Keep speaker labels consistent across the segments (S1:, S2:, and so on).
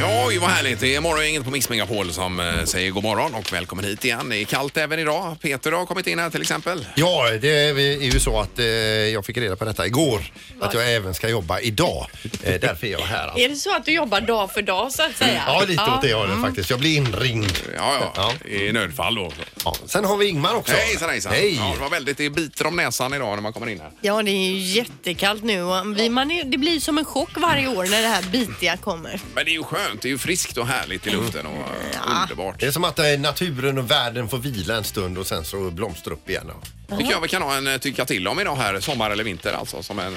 S1: härligt. Det är Morgongänget på Mix Megapol som eh, säger god morgon och välkommen hit igen. Det är kallt även idag. Peter har kommit in här till exempel.
S2: Ja, det är ju så att eh, jag fick reda på detta igår. Att jag även ska jobba idag. Eh, därför är jag här. Alltså.
S3: Är det så att du jobbar dag för dag så att säga?
S2: Mm. Ja, lite åt det
S3: Mm.
S2: hållet faktiskt. Jag blir inringd.
S1: Ja, ja. I nödfall då.
S2: Ja. Sen har vi Ingmar också.
S1: Hejsan hejsan.
S2: Hej.
S1: Ja, det var väldigt, det biter om näsan idag när man kommer in här.
S3: Ja, det är ju jättekallt nu och vi, man är, det blir som en chock varje år när det här bitiga kommer.
S1: Men det är ju skönt. Det är ju friskt och härligt i luften och eh, underbart.
S2: Det är som att eh, naturen och världen får vila en stund och sen så blomstrar upp igen. Ja.
S1: tycker jag vi kan ha en eh, tycka till om idag här, sommar eller vinter alltså. Som en,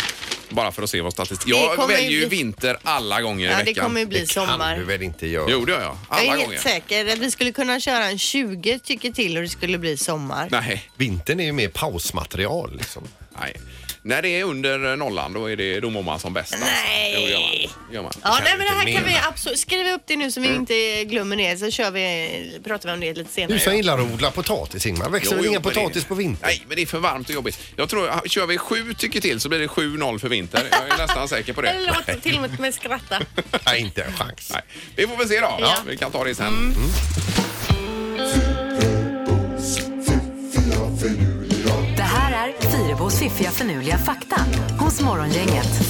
S1: bara för att se vad statistik... Jag
S3: kommer
S1: väljer ju
S3: ju bli-
S1: vinter alla gånger i
S3: Ja,
S1: veckan.
S3: det kommer ju bli
S2: Kan du
S3: sommar.
S2: väl inte göra?
S1: Jo, det gör jag.
S3: Jag
S1: Alla
S3: är
S1: gånger.
S3: helt säker att vi skulle kunna köra en 20 tycker till och det skulle bli sommar.
S1: Nej,
S2: Vintern är ju mer pausmaterial liksom.
S1: nej. När det är under nollan då, är det, då mår man som bäst. alltså.
S3: Nej.
S1: Jo, gör man. Gör man.
S3: Ja,
S2: kan
S3: nej,
S2: vi
S3: men det här
S2: inte
S3: kan vi
S2: mena.
S3: absolut skriva upp det nu så vi inte glömmer det så kör vi, pratar vi om det lite senare.
S2: Du som gillar att odla potatis Ingmar, växer
S1: Jo,
S2: väl
S1: jo,
S2: inga
S1: men det-
S2: potatis på vintern?
S1: Nej, men det är för varmt och jobbigt. Jag tror, kör vi sju tycker till så blir det 7-0 för vinter. Jag är nästan säker på det.
S3: Eller låt till och med skratta.
S2: Nej, inte en chans.
S1: Nej. Vi får väl se då.
S3: Ja. Mm.
S1: Vi kan ta det sen.
S4: Det här är Fyrabos fiffiga förnuliga fakta hos Morgongänget.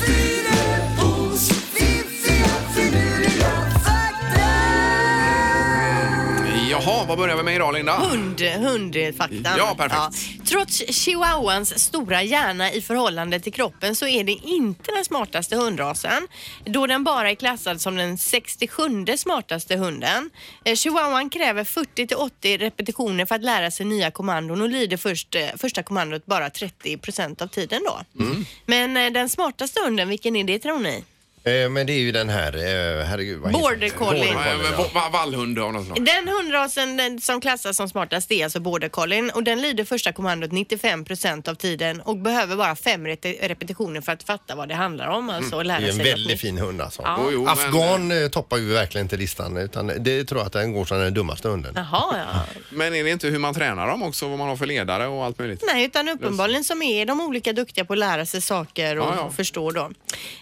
S1: Jaha, vad börjar vi med idag Linda?
S3: Hund, hundfaktan.
S1: Ja, perfekt.
S3: Trots chihuahuans stora hjärna i förhållande till kroppen så är det inte den smartaste hundrasen då den bara är klassad som den 67 smartaste hunden. Eh, Chihuahuan kräver 40 till 80 repetitioner för att lära sig nya kommandon och lyder först, eh, första kommandot bara 30 procent av tiden då.
S1: Mm.
S3: Men eh, den smartaste hunden, vilken är det tror ni?
S2: Eh, men det är ju den här, eh, herregud vad
S3: Border
S2: heter den?
S3: collie.
S2: Border
S1: Eh, men
S2: ja.
S1: va- va- Vallhund av något slag.
S3: Den hundrasen den som klassas som smartast är alltså border collien och den lyder första kommandot 95 av tiden och behöver bara fem rete- repetitioner för att fatta vad det handlar om alltså och lära
S2: Mm, Det är en
S3: sig. något nytt.
S2: väldigt fin hund alltså.
S1: Jo, jo, men-
S2: Afghan eh, toppar ju verkligen inte listan utan det tror jag att den går som den dummaste hunden.
S3: Jaha, ja.
S1: Men är det inte hur man tränar dem också? Vad man har för ledare och allt möjligt?
S3: Nej, utan uppenbarligen som är de olika duktiga på att lära sig saker och
S1: Ja, ja.
S3: förstå då.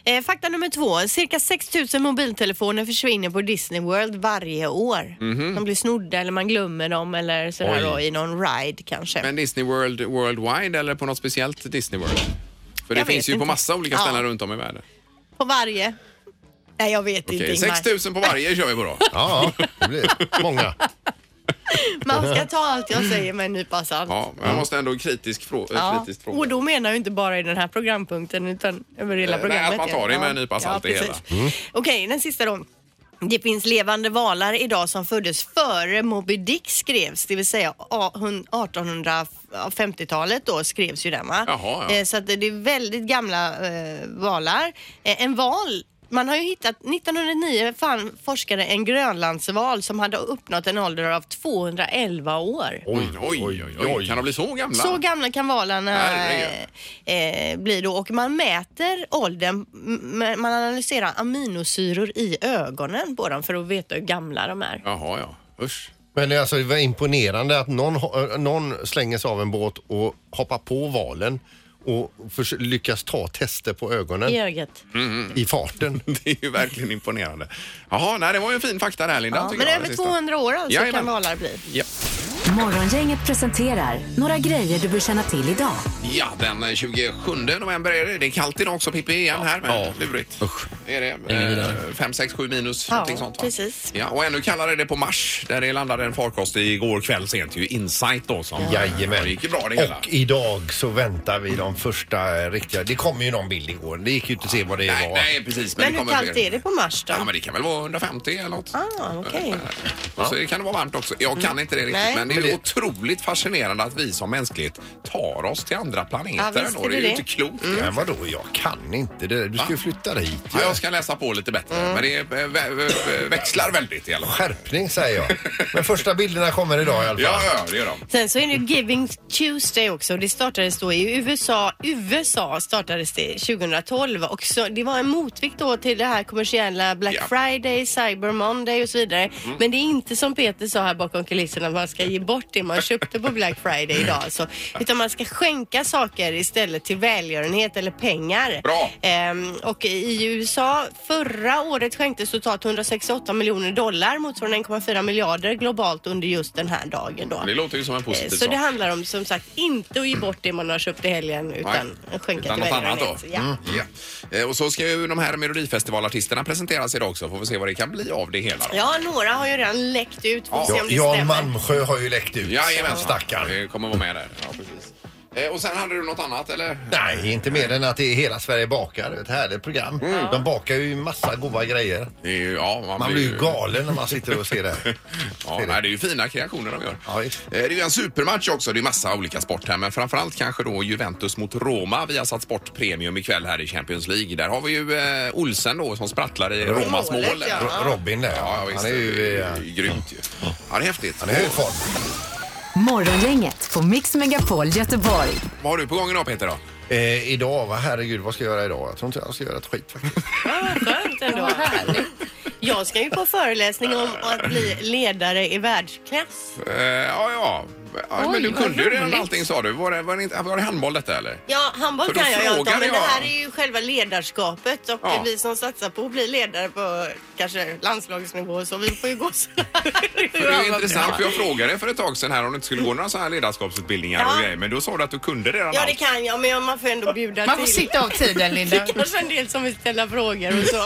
S3: Eh, fakta nummer två. Cirka 6 000 mobiltelefoner försvinner på Disney World varje år. De blir snodda eller man glömmer dem eller sådär
S2: Mhm. Oj.
S3: då, i någon ride kanske.
S1: Men Disney World Worldwide eller på något speciellt Disney World? För det
S3: Jag
S1: finns
S3: vet
S1: ju på
S3: inte.
S1: massa olika
S3: Ja.
S1: ställen runt om i världen.
S3: På varje. Nej, jag vet
S1: Okej,
S3: inte. Ingmar.
S1: 6 000 på varje kör vi på då.
S2: Ja, ja, det blir många.
S3: Man ska ta allt jag säger med en nypa salt.
S1: Ja, men jag måste ändå kritisk frå-
S3: Ja.
S1: kritiskt fråga.
S3: Och då menar jag inte bara i den här programpunkten utan över hela
S1: Eh, nej,
S3: programmet.
S1: att man
S3: ja.
S1: tar det med en nypa
S3: Ja,
S1: salt i Mm.
S3: precis. Okej, den sista då. Det finns levande valar idag som föddes före Moby Dick skrevs, det vill säga a- hun- 1850-talet då skrevs ju den va?
S1: Jaha, ja.
S3: Eh, Så att det är väldigt gamla eh, valar. Eh, en val man har ju hittat, 1909 fann forskare en grönlandsval som hade uppnått en ålder av 211 år.
S1: Oj, oj, oj, oj, Kan de bli så gamla?
S3: Så gamla kan valarna
S1: Herregud.
S3: eh, bli då och man mäter åldern, m- man analyserar aminosyror i ögonen på dem för att veta hur gamla de är.
S1: Jaha, ja. Usch.
S2: Men det är alltså, det var imponerande att någon, ho- eh, någon slänger sig av en båt och hoppar på valen och förs- lyckas ta tester på ögonen
S3: I ögat.
S1: Mm,
S2: i farten.
S1: Det är ju verkligen imponerande. Jaha, nej, det var ju en fin fakta där Linda.
S3: Ja,
S1: tycker
S3: men
S1: jag,
S3: över
S1: det sista.
S3: 200 år alltså
S1: Jajamän.
S3: kan valar bli.
S1: Ja.
S4: Morgongänget presenterar några grejer du bör känna till idag.
S1: ja, den 27 november är det. Det är kallt idag också Pippi igen här. Men
S5: Ja.
S1: lurigt.
S5: Usch.
S1: Är det eh, 5, 6, 7 minus?
S3: Ja,
S1: någonting sånt, va?
S3: precis.
S1: Ja, och ännu kallare är det på Mars. Där det landade en farkost igår kväll sent. ju Insight då som...
S2: Jajamän.
S1: Det gick ju bra det hela.
S2: Och idag så väntar vi de första eh, riktiga. Det kom ju någon bild igår. Det gick ju inte att se vad det
S1: Nej,
S2: var.
S1: nej, precis.
S3: Men
S1: det
S3: hur
S1: kommer
S3: kallt
S1: fler.
S3: är det på Mars då?
S1: Ja, men det kan väl vara 150 eller något.
S3: Ah, okej.
S1: Och så kan det vara varmt också. Jag kan inte det riktigt,
S3: Mm. Nej.
S1: men det är ju
S2: Men det-
S1: otroligt fascinerande att vi som mänsklighet tar oss till andra
S3: Ja,
S1: planeter.
S3: visst
S1: ändå.
S3: är
S1: det är
S3: det
S1: ju
S3: det. Mm.
S1: inte klokt.
S2: Men vadå, jag kan inte det. Du ska ju flytta dit.
S1: Ja, jag ska läsa på lite bättre,
S3: Mm.
S1: men det eh, vä- vä- växlar väldigt i alla fall.
S2: Skärpning säger jag. Men första bilderna kommer idag i alla fall.
S1: Ja, ja, det gör de.
S3: Sen så är det Giving Tuesday också. Det startades då i USA. USA startades det 2012 och så, det var en motvikt då till det här kommersiella Black
S1: Ja. Mm.
S3: Friday, Cyber Monday och så vidare. Men det är inte som Peter sa här bakom kulisserna att man ska ge bort det man köpte på Black Friday idag
S1: Mm.
S3: alltså. Utan man ska skänka saker istället till välgörenhet eller pengar.
S1: Bra.
S3: Ehm, och i USA USA. Förra året skänktes totalt 168 miljoner dollar motsvarande 1,4 miljarder globalt under just den här dagen. Då.
S1: Det låter ju som en
S3: Eh,
S1: positiv
S3: Så det
S1: sak.
S3: handlar om som sagt inte att ge bort det man har köpt i helgen utan skänka
S1: utan
S3: till
S1: något
S3: välgörenhet.
S1: annat då.
S3: Ja.
S1: Mm, ja. Eh, Och så ska ju de här Melodifestivalartisterna presenteras idag också. Får vi se vad det kan bli av det hela. Då.
S3: ja, några har ju redan läckt ut. Får se om det
S2: Jan
S3: stämmer.
S2: Malmsjö har ju läckt ut.
S1: Jajamensan.
S2: Stackarn.
S1: Vi Eh, kommer vara med där. Ja, precis. Eh, Och sen hade du något annat eller?
S2: Nej, inte mer än att det är Hela Sverige bakar. Ett härligt program. De bakar ju massa goda grejer.
S1: Det är ju- Mm. Eh, Ja, man,
S2: Man blir ju galen när man sitter och ser det.
S1: Ja, nej, det är ju fina kreationer de gör.
S2: Ja,
S1: Eh,
S2: visst.
S1: det är ju en supermatch också. Det är massa olika sport här, men framförallt kanske då Juventus mot Roma. Vi har satt Sport Premium ikväll här i Champions League. Där har vi ju eh, Olsen då som sprattlar i Romas mål.
S3: Målet,
S1: eller?
S3: ja.
S1: Ja,
S2: Ro- Robin där,
S1: ja,
S2: ja,
S1: visst.
S2: han är ju... eh,
S1: Det är grymt ju. Ja, det är häftigt.
S2: Han är i hög form.
S4: Morgongänget på Mix Megapol Göteborg.
S1: Vad har du på gång idag Peter då?
S2: Eh, idag, vad herregud, vad ska jag göra idag? Jag tror inte jag ska göra ett skit faktiskt.
S3: Ja, skönt ändå. Härligt. Jag ska ju på föreläsning om att bli ledare i världsklass.
S1: Eh, ja, ja. ja
S6: Oj,
S1: men du
S6: vad
S1: kunde ju redan
S6: roligt.
S1: allting sa du. Var det, var det, inte, var det handboll detta eller?
S3: Ja,
S1: För
S3: handboll
S1: då
S3: kan jag ju inte
S1: frågar
S3: om, men det
S1: jag.
S3: här är ju själva ledarskapet och
S1: Ja.
S3: vi som satsar på att bli ledare på kanske landslagsnivå så vi får ju gå så här.
S1: För det är ju intressant för jag frågade för ett tag sedan här om du inte skulle gå några så här ledarskapsutbildningar
S3: Ja.
S1: och grejer. Men då sa du att du kunde redan
S3: Ja,
S1: allt.
S3: det kan jag, men man får ändå bjuda
S6: Man får
S3: till.
S6: sitta av tiden, Linda.
S3: Det är kanske en del som vill ställa frågor och så.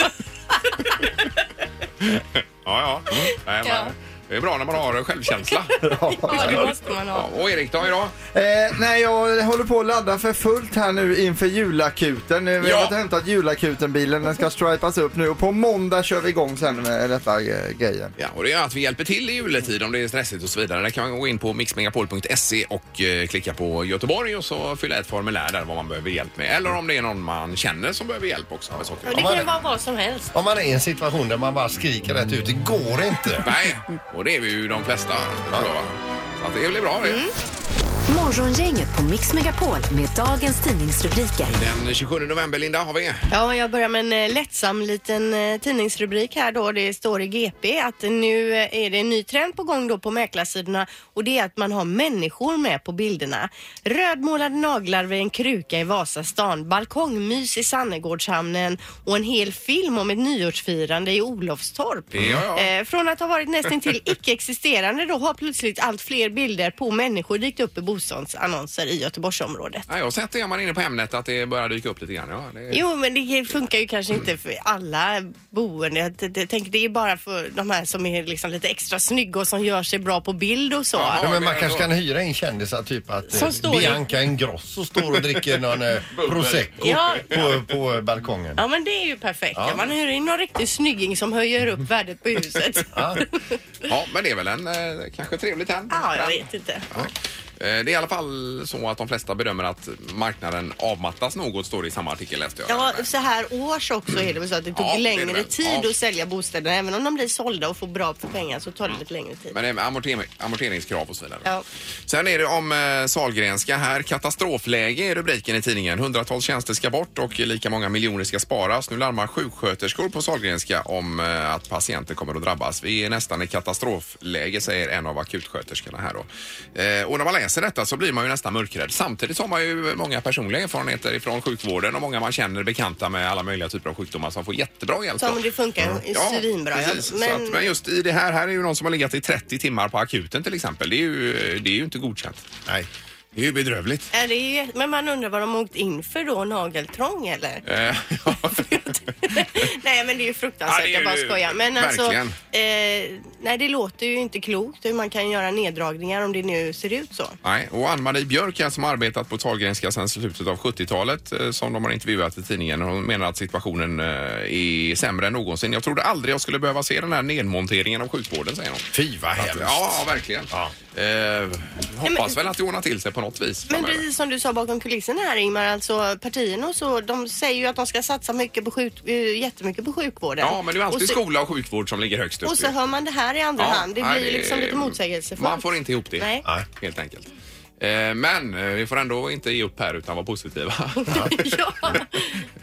S1: Ja, ja. Nej, men, det är bra när man har självkänsla.
S3: Mm. Ja, det måste man
S1: Ja,
S3: ha.
S1: och Erik då idag?
S7: Eh, nej, jag håller på att ladda för fullt här nu inför julakuten. Nu
S1: Ja.
S7: har Jag har hämtat julakuten-bilen, den ska stripas upp nu och på måndag kör vi igång sen med detta eh, grejen.
S1: Ja, och det är att vi hjälper till i juletid om det är stressigt och så vidare. Där kan man gå in på mixmegapol.se och eh, klicka på Göteborg och så fylla ett formulär där vad man behöver hjälp med. Eller om det är någon man känner som behöver hjälp också med saker.
S3: Och det kan ju vara vad som helst.
S2: Om man är i en situation där man bara skriker rätt ut, det går inte.
S1: Nej, och det är vi ju de flesta. tror jag, va? Så att det blir bra det.
S3: Mm.
S4: Morgongänget på Mix Megapol med dagens tidningsrubriker.
S1: Den 27 november, Linda, har vi.
S3: Ja, jag börjar med en eh, lättsam liten eh, tidningsrubrik här då. Det står i GP att nu eh, är det en ny trend på gång då på mäklarsidorna och det är att man har människor med på bilderna. Rödmålade naglar vid en kruka i Vasastan, balkongmys i Sannegårdshamnen och en hel film om ett nyårsfirande i Olofstorp.
S1: Ja, ja.
S3: Eh, från att ha varit nästintill icke-existerande då har plötsligt allt fler bilder på människor dykt upp i bostadsannonser i Göteborgsområdet.
S1: Ja, jag har sett det om man är inne på Hemnet att det börjar dyka upp lite grann. Ja, det...
S3: Jo, men det funkar ju kanske inte för alla boende. Jag, t- t- tänker det är bara för de här som är liksom lite extra snygga och som gör sig bra på bild och så.
S1: Ja,
S2: Ja, men man
S1: men
S2: kanske
S1: då-
S2: kan hyra in kändisar, typ att
S3: Som
S2: eh,
S3: står i-
S2: Bianca Ingrosso står och dricker någon eh, prosecco
S3: Ja.
S2: på, på balkongen.
S3: Ja men det är ju perfekt. Man hyr in någon riktig snygging som höjer upp värdet på huset. ja,
S1: ja, men det är väl en eh, kanske trevlig trend.
S3: jag vet inte.
S1: Eh, Det är i alla fall så att de flesta bedömer att marknaden avmattas något, står det i samma artikel läste jag.
S3: Ja, så här års också är det väl så att det
S1: Ja,
S3: tog
S1: det är det
S3: längre
S1: väl.
S3: tid
S1: Ja.
S3: att sälja bostäderna. Även om de blir sålda och får bra för pengar så tar det lite längre tid.
S1: Men det är med amorter- amorteringskrav och så vidare.
S3: Ja.
S1: Sen är det om eh, Sahlgrenska här. Katastrofläge är rubriken i tidningen. Hundratals tjänster ska bort och lika många miljoner ska sparas. Nu larmar sjuksköterskor på Sahlgrenska om eh, att patienter kommer att drabbas. Vi är nästan i katastrofläge, säger en av akutsköterskorna här då. Eh, och när man läser detta så blir man ju nästan mörkrädd. Samtidigt har man ju många personliga erfarenheter ifrån sjukvården och många man känner bekanta med alla möjliga typer av sjukdomar som får jättebra hjälp. då.
S3: Som det funkar svinbra. ja.
S1: precis. Så att,
S3: Men
S1: men just i det här, här är ju någon som har legat i 30 timmar på akuten till exempel. Det är ju, det är ju inte godkänt.
S2: Nej.
S1: Det är ju bedrövligt.
S3: är det ju- men man undrar vad de har åkt in för då? Nageltrång eller?
S1: Eh, ja.
S3: nej men det är ju
S1: Ja,
S3: fruktansvärt,
S1: det är
S3: jag bara
S1: ju-
S3: skojar. Men alltså, eh,
S1: verkligen.
S3: nej det låter ju inte klokt hur man kan göra neddragningar om det nu ser ut så.
S1: Nej, och Ann-Marie Björk här, som har arbetat på Sahlgrenska sedan slutet av 70-talet eh, som de har intervjuat i tidningen. Hon menar att situationen eh, är sämre än någonsin. Jag trodde aldrig jag skulle behöva se den här nedmonteringen av sjukvården, säger hon.
S2: Fy vad
S1: Att,
S2: hemskt.
S1: ja, verkligen. Eh, hoppas väl att det ordnar till sig på något vis.
S3: Men
S1: framöver.
S3: precis som du sa bakom kulisserna här Ingmar, alltså partierna och så, de säger ju att de ska satsa mycket på sjuk, eh, jättemycket på sjukvården.
S1: Ja, men det är ju alltid
S3: och så,
S1: skola och sjukvård som ligger högst upp.
S3: Och så
S1: ju.
S3: hör man det här i andra hand. Det
S1: nej,
S3: blir liksom lite motsägelsefullt.
S1: Man får inte ihop det
S3: Nej.
S2: Nej.
S1: helt enkelt. Eh, Men eh, vi får ändå inte ge upp här utan vara positiva
S3: ja,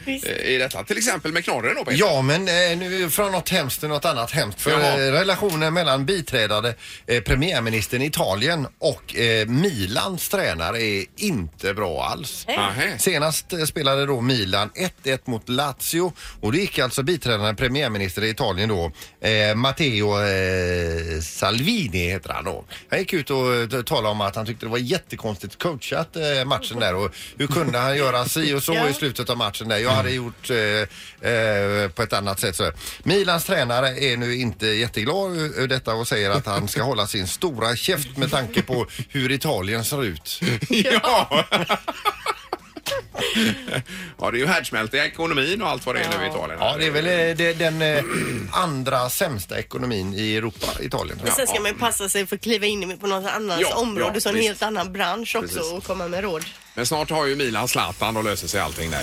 S3: visst.
S1: Eh, i detta. Till exempel med knorren då Peter.
S2: Ja, men eh, nu från något hemskt till något annat hemskt. För
S1: Jaha.
S2: eh, relationen mellan biträdande eh, premiärministern i Italien och eh, Milans tränare är inte bra alls.
S1: Nähä.
S2: Senast eh, spelade då Milan 1-1 mot Lazio och det gick alltså biträdande premiärminister i Italien då, eh, Matteo eh, Salvini heter han då. Han gick ut och eh, talade om att han tyckte det var jättekonstigt coachat eh, matchen där och hur kunde han göra si och så
S3: Ja.
S2: i slutet av matchen där. Jag hade gjort eh, eh, på ett annat sätt. Så. Milans tränare är nu inte jätteglad ö- över detta och säger att han ska hålla sin stora käft med tanke på hur Italien ser ut.
S1: Ja! ja, det är ju härdsmälta i ekonomin och allt vad det är nu i Italien.
S2: Ja, det är väl eh, det, den eh, andra sämsta ekonomin i Europa, Italien. tror
S3: Men
S2: jag.
S3: sen ska man ju passa sig för att kliva in på något annans
S1: Ja,
S3: område,
S1: ja,
S3: så en
S1: visst.
S3: helt annan bransch också
S1: Precis.
S3: och komma med råd.
S1: Men snart har ju Milan Zlatan och löser sig allting där.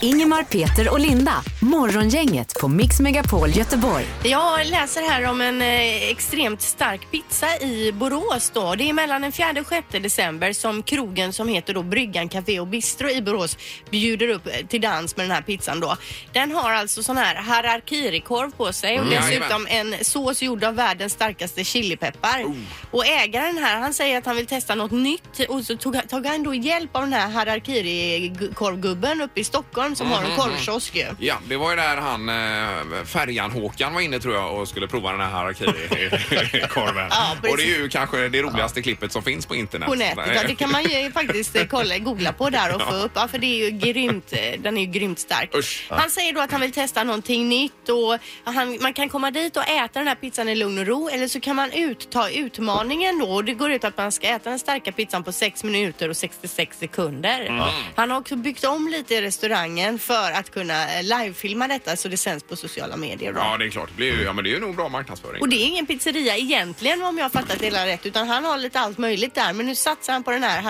S4: Ingemar, Peter och Linda. Morgongänget på Mix Megapol Göteborg.
S3: Jag läser här om en eh, extremt stark pizza i Borås då. Det är mellan den 4 och 6 december som krogen som heter då Bryggan Café och Bistro i Borås bjuder upp eh, till dans med den här pizzan då. Den har alltså sån här harakirikorv på sig och
S1: Mm.
S3: dessutom en sås gjord av världens starkaste chilipeppar. Och ägaren här han säger att han vill testa något nytt och så tog, han- tog han då hjälp av den här harakiri-korvgubben uppe i Stockholm som har en korvkiosk ju.
S1: Ja, det var ju där han eh, Färjan-Håkan var inne tror jag och skulle prova den här harakiri-korven.
S3: Ja, precis.
S1: och det är ju kanske det roligaste klippet som finns på internet.
S3: på nätet. Ja, det kan man ju faktiskt eh, kolla, googla på där och få upp. Ja, för det är ju grymt. eh, Den är ju grymt stark.
S1: Usch.
S3: Han säger då att han vill testa någonting nytt och han, man kan komma dit och äta den här pizzan i lugn och ro eller så kan man ut, ta utmaningen då och det går ut att man ska äta den starka pizzan på 6 minuter och 66 sekunder. Han har också byggt om lite i restaurangen för att kunna eh, livefilma detta så det sänds på sociala medier. Då.
S1: Ja, det är klart. Det blir ju, ja, men det är ju nog bra marknadsföring.
S3: Och det är ingen pizzeria egentligen om jag har fattat det hela rätt utan han har lite allt möjligt där men nu satsar han på den här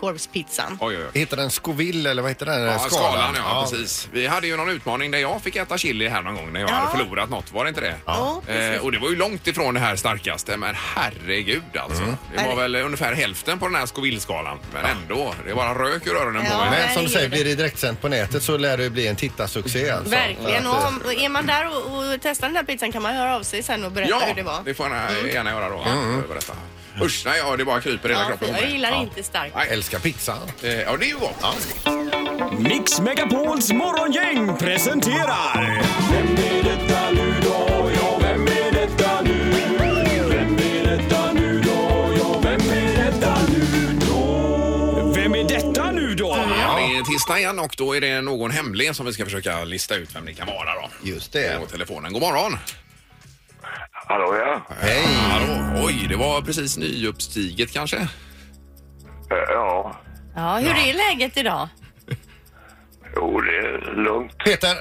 S3: harakiri-korvspizzan.
S1: Oj, oj, oj.
S2: Heter den Scoville eller vad heter den?
S1: Ja, skalan, ja, precis. Vi hade ju någon utmaning där jag fick äta chili här någon gång när jag
S3: Ja.
S1: hade förlorat något. Var det inte det?
S3: Ja, precis.
S1: Eh, och det var ju långt ifrån det här starkaste, men herregud alltså. Det var väl ungefär hälften på den här Scoville-skalan, men ändå. Det bara rök ur öronen på mig.
S3: Ja.
S2: Men som du säger,
S3: Herregud.
S2: blir det direktsänt på nätet så lär det ju bli en tittarsuccé alltså.
S3: Verkligen.
S2: Att,
S3: Och om, och är man där och, och testar den här pizzan kan man höra av sig sen och berätta
S1: Ja,
S3: hur det var.
S1: det får jag gärna- gärna göra då. Mm. Berätta. Usch, nej, ja, det bara kryper i hela
S3: Ja,
S1: kroppen. på
S3: jag
S1: mig.
S3: gillar
S1: ja.
S3: inte starkt.
S2: eh, Älskar pizzan.
S1: Eh, Ja, det är ju gott.
S6: Mix Megapols morgongäng presenterar... Vem är detta nu då? Ja, vem är detta nu? Vem är detta nu då? Ja, vem är detta nu då? Vem är detta nu då?
S1: Ja, det är tisdag igen och då är det någon hemlig som vi ska försöka lista ut vem det kan vara då.
S2: Just det.
S1: På telefonen. God morgon!
S8: Hallå ja.
S2: Hej!
S1: Hallå. Oj, det var precis nyuppstiget kanske?
S8: Eh, Ja,
S3: Ja, hur är läget idag?
S8: jo det är lugnt.
S2: Peter,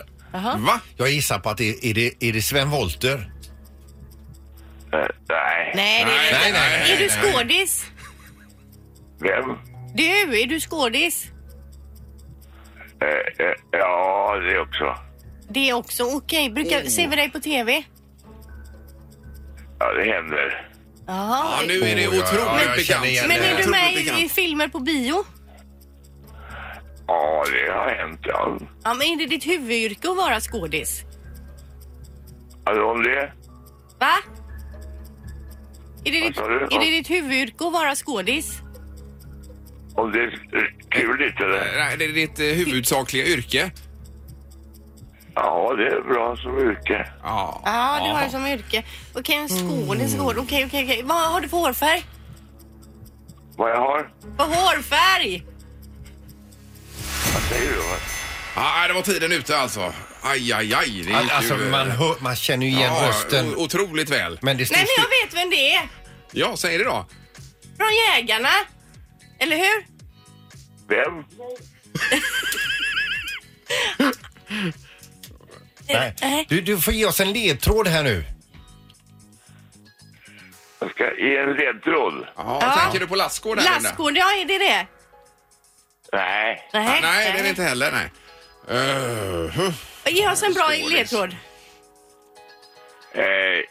S1: Va?
S2: jag gissar på att det är, det, är det Sven Wollter?
S8: Eh, Nej,
S3: Nej, det är det
S1: Nej,
S3: inte.
S1: nej, nej,
S3: Är du
S1: nej.
S3: skådis?
S8: vem?
S3: Du, är du skådis?
S8: Eh, eh, Ja, det också.
S3: Det är också okej. Brukar, Ser vi dig på TV?
S8: Ja, det händer.
S3: Jaha.
S1: Ja, nu är det
S2: Oj, oj, oj,
S1: otroligt
S2: jag
S1: bekant.
S2: känner igen
S3: Men
S2: det.
S3: är du
S1: Otroligt
S3: med i, i
S1: bekant.
S3: filmer på bio?
S8: Ja, det har hänt ja.
S3: Ja, men är det ditt huvudyrke att vara skådis?
S8: Alltså om det?
S3: Va? Är det,
S8: Vad
S3: ditt,
S8: sa du?
S3: är det ditt huvudyrke att vara skådis?
S8: Om det är kul eller?
S1: Nej, det är ditt eh, huvudsakliga yrke.
S8: Ja, det är bra som yrke.
S1: Ja,
S3: Ja, du har
S1: Jaha.
S3: det som yrke. Okej, en skådis, skådis. Okej, okej, okej. Vad har du för hårfärg?
S8: Vad jag har?
S3: Vad hårfärg?
S8: Vad säger du?
S1: Ja, nej, det var tiden ute alltså. Aj, aj, aj. Det gick
S2: Alltså
S1: ju, eh,
S2: man, hör, man känner ju igen
S1: ja,
S2: rösten.
S1: o- Otroligt väl.
S2: Men det står
S3: Nej, men
S2: still-
S3: jag vet vem det är.
S1: Ja, säg det då.
S3: Från Jägarna. Eller hur?
S8: Vem?
S2: Nej. Du, du får ge oss en ledtråd här nu.
S8: Jag ska ge en ledtråd.
S1: Ja,
S3: Ja.
S1: Tänker du på Lassgård? där, Linda?
S3: Lassgård, ja, är det det?
S8: Nej,
S1: Ja, Nej, det är det inte heller. Nej. Eh, huh.
S3: Ge oss en bra
S1: Skådis.
S3: ledtråd.
S8: eh,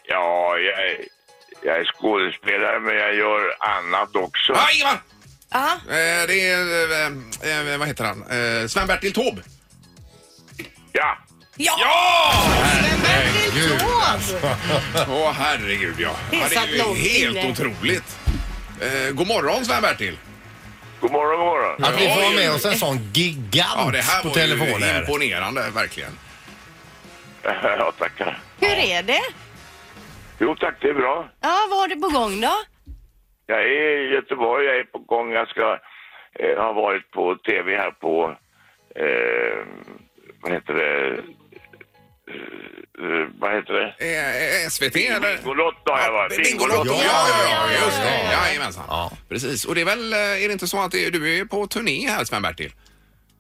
S8: ja, jag, är- jag är skådespelare men jag gör annat också.
S1: Ja, Ah, Ingemar!
S3: Ja,
S1: Eh, det är, eh, eh, vad heter han? Eh, Sven-Bertil Taube.
S9: Ja.
S3: ja.
S1: Ja!
S3: Sven-Bertil Taube!
S1: Åh herregud ja.
S3: Det är
S1: ja det
S3: satt
S1: är ju
S3: långt
S1: helt
S3: inne.
S1: otroligt. Eh, god morgon Sven-Bertil.
S9: God morgon, god morgon.
S2: Att vi får ha
S1: Oj.
S2: med oss en sån
S1: Ja,
S2: gigant
S1: det här
S2: på
S1: var ju
S2: telefonen. här.
S1: imponerande verkligen.
S9: Ja, tackar.
S3: Hur är det?
S9: Jo, tack, det är bra.
S3: Ja, vad har du på gång då?
S9: Jag är i Göteborg, jag är på gång. Jag ska, eh, har varit på tv här på, eh, vad heter det, eh, vad heter det?
S1: Eh, eh, SVT eller?
S9: Bingolotto har jag varit.
S1: Bingolotto, ja,
S9: Bingolotto.
S1: ja,
S3: Ja,
S1: ja,
S3: ja,
S1: just det.
S3: ja,
S1: Ja, Jajamensan. Precis. Och det är väl, eh, är det inte så att det- du är på turné här Sven-Bertil?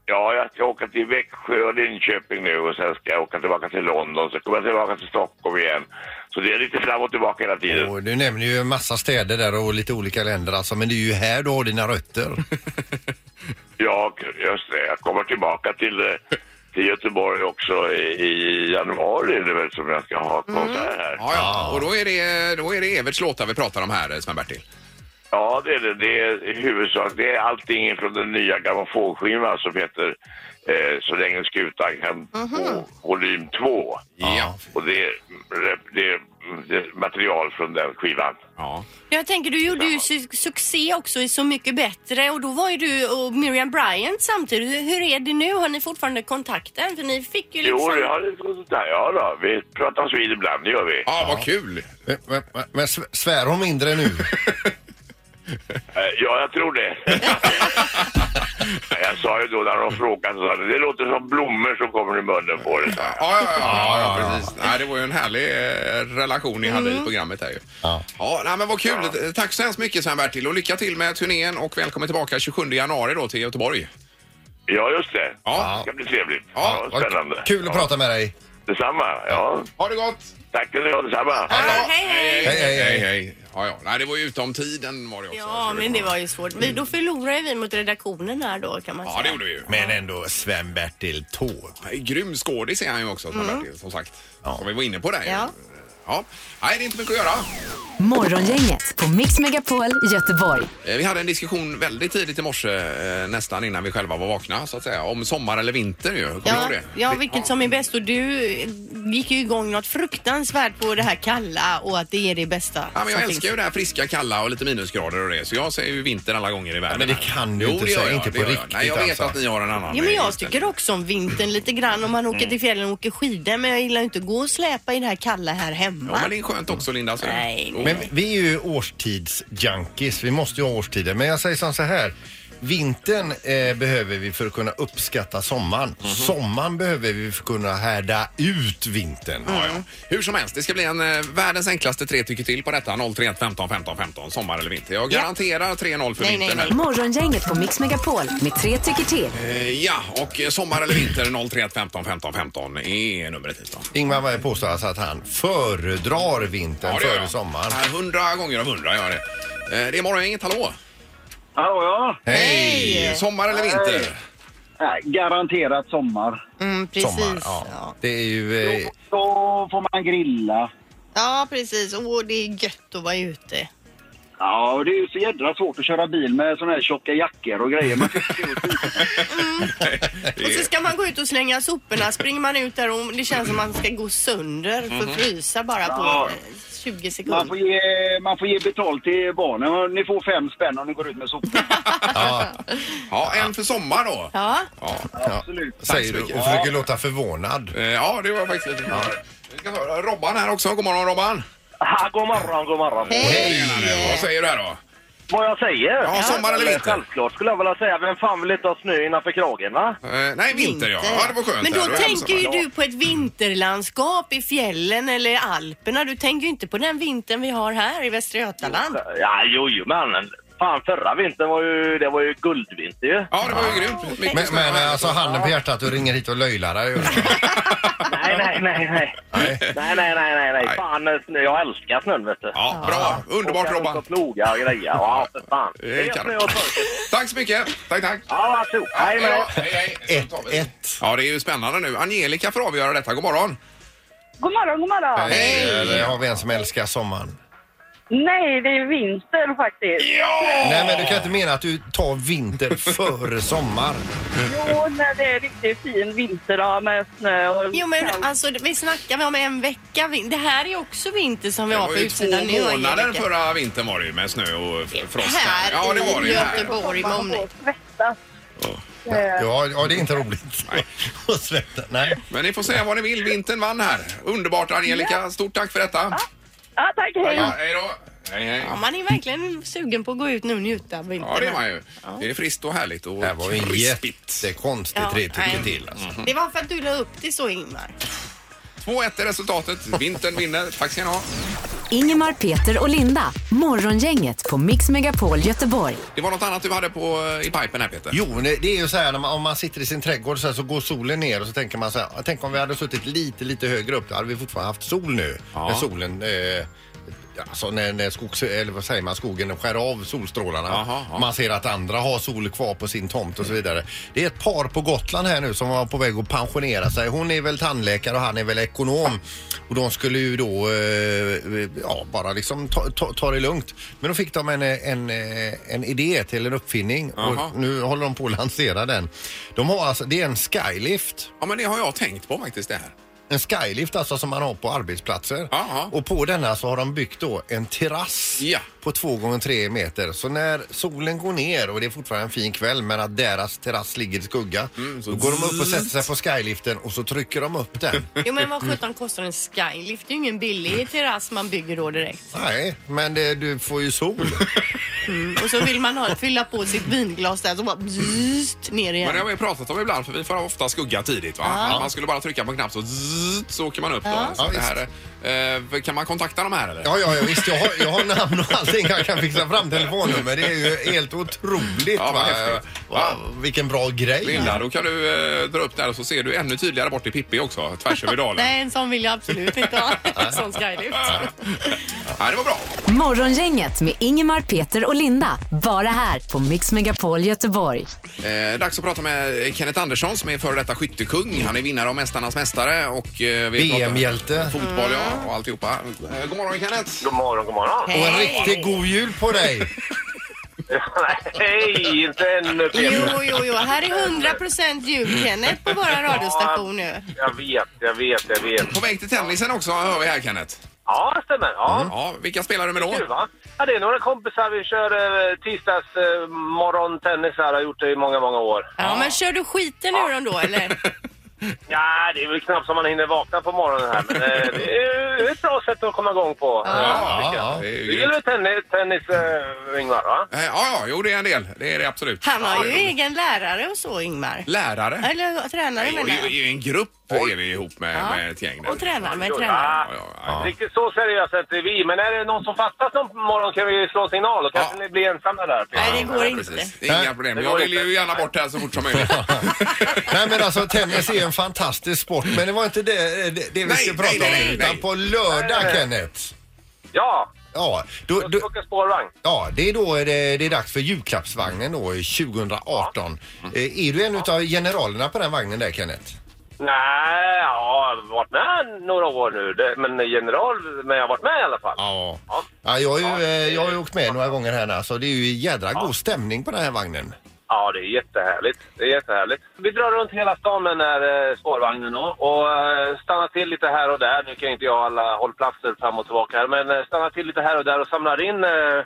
S9: Ja, jag ska åka till Växjö och Linköping nu och sen ska jag åka tillbaka till London. Sen kommer jag tillbaka till Stockholm igen. Så det är lite fram och tillbaka hela tiden.
S2: Och du nämner ju en massa städer där och lite olika länder alltså, men det är ju här du har dina rötter.
S9: Ja, just det. Jag kommer tillbaka till, eh, till Göteborg också i, i januari är det väl, som jag ska ha konsert här.
S1: Ja, ja. Och då är det, då är det Everts låtar vi pratar om här eh, Sven-Bertil.
S9: Ja, det är det. Det är i huvudsak. Det är allting från den nya grammofonskivan som heter eh, Så länge skutan kan gå, volym 2.
S1: Ja.
S9: Och det är, det, är, det är material från den skivan.
S1: ja.
S3: Jag tänker, du gjorde ju su- succé också i Så mycket bättre och då var ju du och Miriam Bryant samtidigt. Hur- Hur är det nu? Har ni fortfarande kontakten? För ni fick ju
S9: Jo,
S3: liksom...
S9: jag har lite sånt där. Ja, då. Vi pratas vid ibland, det gör vi.
S1: Ja, vad kul.
S2: Men, men, men sv- svär hon mindre nu?
S9: Eh, Ja, jag tror det. jag sa ju då när de frågade, så sa jag, det låter som blommor som kommer i munnen på det. sa jag.
S1: Ja, ja, ja, ja, ja precis. Nej, det var ju en härlig eh, relation ni hade i programmet här ju. Ja. Ja, nej, men vad kul. Tack så hemskt mycket Sven-Bertil och lycka till med turnén och välkommen tillbaka 27 januari då till Göteborg.
S9: Ja, just det.
S1: Ja.
S9: Det ska bli trevligt.
S1: Ja,
S9: Ja,
S2: Vad
S9: spännande.
S2: Kul att
S9: ja.
S2: prata med dig.
S9: Detsamma. Ja.
S1: Ha det gott!
S9: Tack ska ni ha, detsamma.
S3: Ja, hej, hej.
S2: Hej, hej, hej.
S1: Ja, ja. Nej, det var ju utom tiden var det också.
S3: Ja, men det var ju svårt. Vi, då förlorade vi mot redaktionen här då kan man säga.
S1: Ja, det gjorde vi ju.
S2: Men ändå Sven-Bertil Taube.
S1: Grym skådis är han ju också, Sven-Bertil, som sagt. Som vi var inne på där ju.
S3: Mm. Ja.
S1: ja. Nej, det är inte mycket att göra.
S4: Morgongänget på Mix Megapol Göteborg.
S1: Eh, Vi hade en diskussion väldigt tidigt i morse, eh, nästan innan vi själva var vakna, så att säga, om sommar eller vinter ju. Kommer du
S3: Ja,
S1: ihåg det?
S3: ja, vilket som är bäst. Och du eh, gick ju igång något fruktansvärt på det här kalla och att det är det bästa
S1: Ja, men jag
S3: som
S1: älskar ju det här friska, kalla och lite minusgrader och det. Så jag säger ju vinter alla gånger i världen.
S2: men det
S1: här.
S2: kan du inte
S1: det gör
S2: säga,
S1: jag,
S2: inte
S1: det
S2: på
S1: gör jag.
S2: riktigt
S1: Nej, jag vet
S2: alltså.
S1: att ni har en annan.
S3: Ja, men jag
S1: inställning.
S3: tycker också om vintern lite grann om man
S1: Mm.
S3: åker till fjällen och åker skidor men jag gillar ju inte att gå och släpa i det här kalla här hemma.
S1: Ja, men det är skönt också, Linda. Så.
S3: Nej,
S1: Och-
S2: Men vi är ju årstidsjunkies, vi måste ju ha årstider. Men jag säger som så här. Vintern eh, behöver vi för att kunna uppskatta sommaren.
S1: Mhm.
S2: Sommaren behöver vi för att kunna härda ut vintern.
S1: Ja, ja. Hur som helst, det ska bli en eh, världens enklaste tre tycker till på detta. 031 15 15 15, sommar eller vinter. Jag garanterar 3-0 för
S3: Nej, nej,
S1: vintern.
S3: nej.
S4: Morgongänget på Mix Megapol med tre tycker till.
S1: Eh, Ja, och eh, sommar eller vinter 031 15 15 15 är numret hit då.
S2: Ingmar var ju påstår alltså att han föredrar vintern
S1: Ja, det gör
S2: före
S1: jag.
S2: sommaren.
S1: Ja, Hundra gånger av hundra gör jag det. Eh, Det är morgongänget, hallå!
S7: Hallå ja.
S1: Hej! Sommar eller vinter?
S7: Nej, Garanterat sommar.
S3: Mm, precis.
S2: Sommar, ja.
S3: ja.
S2: Det är ju... Eh,
S7: Då får man grilla.
S3: ja, precis. Åh, det är gött att vara ute.
S7: Ja, och det är ju så jädra svårt att köra bil med såna här tjocka jackor och grejer. Man
S3: Och så ska man gå ut och slänga soporna. Springer man ut där och det känns som att man ska gå sönder
S1: Mm.
S3: för frysa bara på
S7: Ja.
S3: eh, 20
S7: Man får
S3: sekunder.
S7: ge, man får ge betalt till barnen. Ni får fem spänn om ni går ut med sopor.
S2: ja,
S1: Ja, en för sommar då.
S3: Ja,
S1: Ja,
S2: ja,
S7: Absolut.
S2: säger du och
S1: mycket.
S2: försöker låta förvånad.
S1: Eh, ja det var faktiskt lite... Vi ska ta Robban här också. God morgon Robban!
S7: Ha, god morgon, god morgon.
S1: Hej! Vad säger du här då?
S7: Vad jag säger?
S1: Ja, sommar eller vinter?
S7: Självklart skulle jag vilja säga. Vem fan vill inte ha snö innanför kragen va?
S1: Eh, Nej, vinter ja. Ja, det var skönt.
S3: Men
S1: där.
S3: då
S1: Du är
S3: tänker
S1: hemma. Mm.
S3: ju du på ett vinterlandskap i fjällen eller Alperna. Du tänker ju inte på den vintern vi har här i Västra Götaland.
S7: Ja, jo, jo, men fan förra vintern var ju, det var ju guldvinter ju.
S1: Ja, det var ju grymt. Mycket
S2: Men,
S1: snö.
S2: men alltså handen på hjärtat, du ringer hit och löjlar dig.
S7: Nej, nej, nej, nej. Nej, nej, nej, nej, nej. Fan, snö. jag älskar snön vet du.
S1: Ja, bra. Underbart
S7: Åka runt
S1: Robban.
S7: och ploga och grejer. Ja, för fan.
S1: Eh,
S7: Det är
S1: kanon.
S7: snö och torka.
S1: Tack så mycket. Tack, tack.
S7: Ja, varsågod. Hej med er.
S1: hej, hej. Så tar vi.
S2: 1-1.
S1: Ja, det är ju spännande nu. Angelica får avgöra detta. God morgon.
S10: God morgon, god morgon.
S2: eh, Eller har vi en som älskar sommaren?
S11: Nej, det är vinter faktiskt.
S2: Nej, men du kan inte mena att du tar vinter före sommar.
S11: Jo, när det är riktigt fin vinterdag med snö och
S3: Jo men alltså vi snackar vi om en vecka. vin- Det här är också vinter som vi
S1: Det
S3: har
S1: var ju
S3: på
S1: två
S3: utsidan nu.
S1: månader
S3: Angelica.
S1: förra vintern var det ju med snö och f- frost.
S3: Här
S1: ja, det var det
S3: i
S1: ju här.
S3: Göteborg med omnejd.
S11: svettas.
S2: Ja, ja det är inte roligt att svettas. Nej.
S1: Men ni får säga vad ni vill. Vintern vann här. Underbart Angelica. Stort tack för detta.
S11: Ja, tack. Hej.
S1: Ja, hej då. Hej, hej.
S3: Ja, man är verkligen sugen på att gå ut nu och njuta av vintern.
S1: Ja, det är man ju. Det är friskt och härligt och
S2: Det här var ju en
S1: krispigt.
S2: jättekonstig
S3: Ja, nej.
S2: tretycke till. Alltså.
S3: Det var för att du la upp det så Ingmar.
S1: 2-1 är resultatet. Vintern vinner. Tack ska ni ha.
S4: Ingemar, Peter och Linda. Morgongänget på Mix Megapol Göteborg.
S1: Det var något annat du hade på, eh, i pipen här Peter.
S2: Jo, det det är ju så här när man, om man sitter i sin trädgård så, här, så går solen ner och så tänker man så här, tänk om vi hade suttit lite, lite högre upp, då hade vi fortfarande haft sol nu.
S1: Ja.
S2: När solen, eh, alltså när, när skogs, eller vad säger man, skogen skär av solstrålarna.
S1: Aha, ja.
S2: Man ser att andra har sol kvar på sin tomt och så vidare. Det är ett par på Gotland här nu som var på väg att pensionera sig. Hon är väl tandläkare och han är väl ekonom. Och de skulle ju då eh, ja, bara liksom ta, ta, ta det lugnt. Men då fick de en, eh, en, eh, en idé till en uppfinning
S1: Aha.
S2: och nu håller de på att lansera den. De har alltså, det är en skylift.
S1: Ja, men det har jag tänkt på faktiskt det här.
S2: En skylift alltså som man har på arbetsplatser.
S1: Aha.
S2: Och på denna så har de byggt då en terrass
S1: Ja.
S2: på 2 gånger 3 meter. Så när solen går ner och det är fortfarande en fin kväll men att deras terrass ligger i skugga.
S1: Mm, så
S2: då går de upp och sätter sig på skyliften och så trycker de upp den.
S3: Jo men vad sjutton kostar en skylift? Det är ju ingen billig terrass man bygger då direkt.
S2: Nej, men det, du får ju sol.
S3: Mm. Och så vill man ha, fylla på sitt vinglas där så bara bzzzt ner
S1: Men det har
S3: igen.
S1: vi pratat om ibland för vi får ofta skugga tidigt. Va? Att Man skulle bara trycka på en knapp så zzzt, så åker man upp. Då. Så
S2: Ja,
S1: det här, eh, kan man kontakta de här eller?
S2: Ja, ja, ja visst. Jag har, jag har namn och allting. Jag kan fixa fram telefonnummer. Det är ju helt otroligt.
S1: Ja, vad
S2: va?
S1: häftigt.
S2: Va? Vilken bra grej.
S1: Linda, då kan du eh, dra upp där så ser du ännu tydligare bort i Pippi också, tvärs över dalen.
S3: Nej en sån vill jag absolut inte ha. En sån skylift.
S1: Ja, det var bra.
S4: Morgongänget med Ingemar, Peter och Linda. Bara här på Mix Megapol Göteborg.
S1: Eh, dags att prata med Kenneth Andersson som är före detta skyttekung. Han är vinnare av Mästarnas mästare och eh, vi pratar-
S2: VM-hjälte.
S1: Fotboll, ja, och alltihopa. Eh, god morgon Kenneth!
S9: God morgon, god morgon.
S2: Och en riktig god jul på dig.
S9: Hej, inte ännu
S3: Jo,
S9: Peter.
S3: jo, jo. Här är 100% jul Kenneth på vår radiostation nu.
S9: Jag vet, jag vet, jag vet.
S1: På väg till tennisen också hör vi här Kenneth.
S9: Ja, stämmer. Ja.
S1: Ja, vilka spelar du med
S9: kul,
S1: då?
S9: va? Ja, det är några kompisar. Vi kör eh, tisdags eh, morgontennis här. Har gjort det i många, många år.
S3: Ja, men kör du skiten ur dem då eller?
S9: Ja, det är väl knappt som man hinner vakna på morgonen här. Men eh, det är ju ett bra sätt att komma igång på.
S2: Ja, ja.
S1: Det är
S9: Du
S1: ju
S9: gillar
S1: grymt.
S9: ju tennis, tennis eh, Ingvar, va?
S1: Eh, Ja, ja, jo det är en del. Det är det absolut.
S3: Han har ju
S1: Ja, det är-
S3: egen lärare och så Ingmar.
S1: Lärare?
S3: Eller tränare
S1: Jo,
S3: menar
S1: det är
S3: jag.
S1: ju en grupp är vi ihop med,
S3: Ja.
S1: med ett gäng. där.
S3: Och tränare med
S9: Oj,
S3: tränare.
S9: ah,
S1: Ja, ja, ja.
S9: Riktigt så seriösa är inte vi, men är det någon som fattas någon morgon kan vi slå signal och kanske
S1: Ja.
S9: ni blir ensamma där. Peter.
S3: Nej, det går
S1: Ja,
S3: inte.
S1: precis. Det är Inga problem. Jag vill ju gärna bort här så fort som möjligt.
S2: Nej men alltså tennis är ju en fantastisk sport men det var inte det, det, det vi
S1: Nej,
S2: ska
S1: nej,
S2: prata om
S1: nej,
S2: utan
S1: nej.
S2: på lördag Kenneth.
S9: Ja,
S2: Ja, då,
S9: jag
S2: då,
S9: ska åka spårvagn.
S2: ja, det är då eh, det, det är dags för julklappsvagnen då 2018. Eh, Är du en utav generalerna på den vagnen där Kenneth?
S9: Nej, ja, jag har varit med några år nu. Det, men general, men jag har varit med i alla fall.
S2: Ja.
S9: Ja.
S2: ja jag, har ju,
S9: Ja,
S2: eh,
S9: det-
S2: jag har ju åkt med några gånger här nu så det är ju jädra god stämning på den här vagnen.
S9: Ja, det är jättehärligt. Det är jättehärligt. Vi drar runt hela stan med den här eh, spårvagnen då, och eh, stannar till lite här och där. Nu kan ju inte jag alla hållplatser fram och tillbaka här, men eh, stannar till lite här och där och samlar in eh,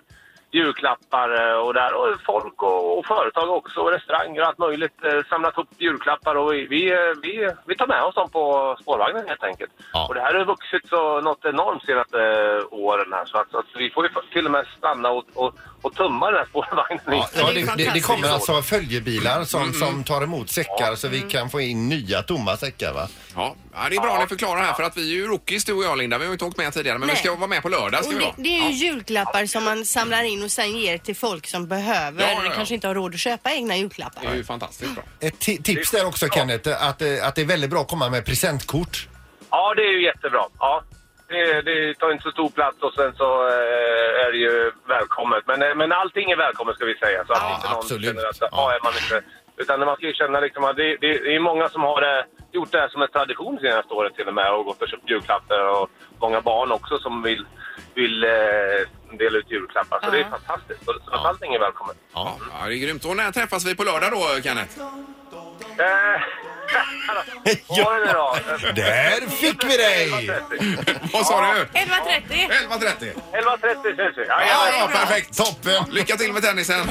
S9: julklappar eh, och där och folk och, och företag också och restauranger och allt möjligt. Eh, samlat upp julklappar och vi, vi, eh, vi, vi tar med oss dem på spårvagnen helt enkelt.
S2: Ja.
S9: Och det här har ju vuxit så något enormt senaste eh, åren här så att, så att vi får ju till och med stanna och, och, och tumma den här spårvagnen.
S2: Ja, ja,
S3: det är
S2: det, det, det
S3: fantastiskt.
S2: kommer alltså följebilar som,
S1: Mm.
S2: som tar emot säckar så vi kan få in nya tomma säckar va?
S1: Ja, ja, det är bra att ni förklarar här för att vi är ju rookies du och jag Linda. Vi har ju inte åkt med tidigare men
S3: Nej.
S1: vi ska vara med på lördag
S3: Och
S1: ska vi
S3: det,
S1: vara.
S3: det är ju julklappar som man samlar in och sen ger till folk som behöver.
S1: Ja, ja, ja.
S3: kanske inte har råd att köpa egna julklappar.
S1: Det är ju fantastiskt bra.
S2: Ett ti- tips där också Kenneth, att, eh, att det är väldigt bra att komma med presentkort.
S9: Ja, det är ju jättebra. Ja. Det, det tar inte så stor plats och sen så eh, är det ju välkommet. Men, eh, men allting är välkommet ska vi säga. Så att
S2: Ja,
S9: inte någon
S2: absolut.
S9: känner att,
S2: Ja.
S9: ja. är man inte... Utan man ska ju känna liksom att det, det, det är många som har eh, gjort det här som en tradition de senaste åren till och med och gått och köpt julklappar och många barn också som vill, vill eh, en del ut julklappar. Så det är fantastiskt. Så så förvaltningen är välkommen.
S1: Ja, ja, det är grymt. Och när träffas vi på lördag då, Kenneth?
S9: Eh, Oj då.
S2: Där fick vi dig!
S1: Vad sa du?
S3: 11.30.
S1: 11.30.
S9: 11.30 syns vi.
S1: Ja,
S9: Jajamän.
S1: ja, perfekt.
S2: Toppen!
S1: Lycka till med tennisen.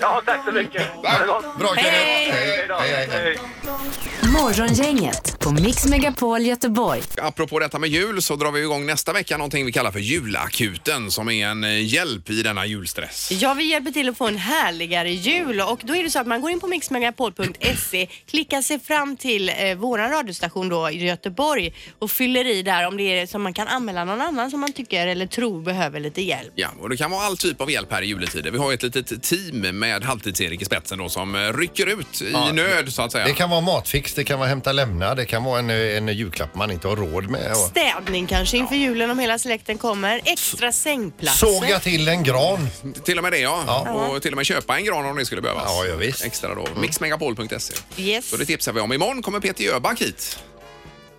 S9: Ja, tack så mycket. Ha det gott.
S2: Bra Kenneth!
S9: Hej då.
S2: hej, hej.
S9: Hej.
S4: Morgongänget på Mix Megapol Göteborg.
S1: Apropå detta med jul så drar vi igång nästa vecka någonting vi kallar för julakuten som är en eh, hjälp i denna julstress.
S3: Ja, vi hjälper till att få en härligare jul och då är det så att man går in på mixmegapol.se, klickar sig fram till eh, våran radiostation då i Göteborg och fyller i där om det är som man kan anmäla någon annan som man tycker eller tror behöver lite hjälp.
S1: Ja, och det kan vara all typ av hjälp här i juletider. Vi har ju ett litet team med Halvtids-Erik i spetsen då som eh, rycker ut i nöd så att säga.
S2: Det kan vara matfix, det kan vara hämta lämna, det kan vara en, eh, en julklapp man inte har råd med. Och
S3: Städning kanske inför julen om hela släkten kommer. Extra sängplatser.
S2: såga till en gran.
S1: Till och med det ja. Och till och med köpa en gran om det skulle behövas.
S2: Ja, ja, visst. Mm.
S1: Extra då. Mixmegapol.se.
S3: Yes.
S1: Så det tipsar vi om. Imorgon kommer Peter Jöback hit.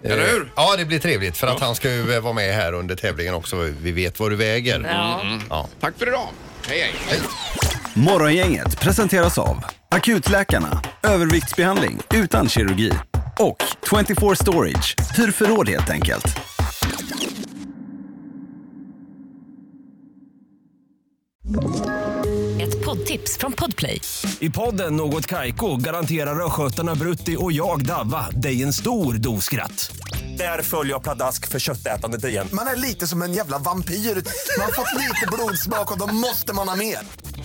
S1: Eller hur?
S2: Eh, Ja, det blir trevligt för att han ska ju eh, vara med här under tävlingen också. Vi vet vad du väger. Ja.
S1: Tack för idag. Hej, hej.
S6: Morgongänget presenteras av Akutläkarna, överviktsbehandling utan kirurgi och 24 Storage, hyrförråd helt enkelt.
S4: Ett poddtips från Podplay.
S12: I podden Något Kaiko garanterar östgötarna Brutti och jag, Davva, dig en stor dos skratt. Där följer jag pladask för köttätandet igen.
S13: Man är lite som en jävla vampyr. Man har fått lite blodsmak och då måste man ha mer.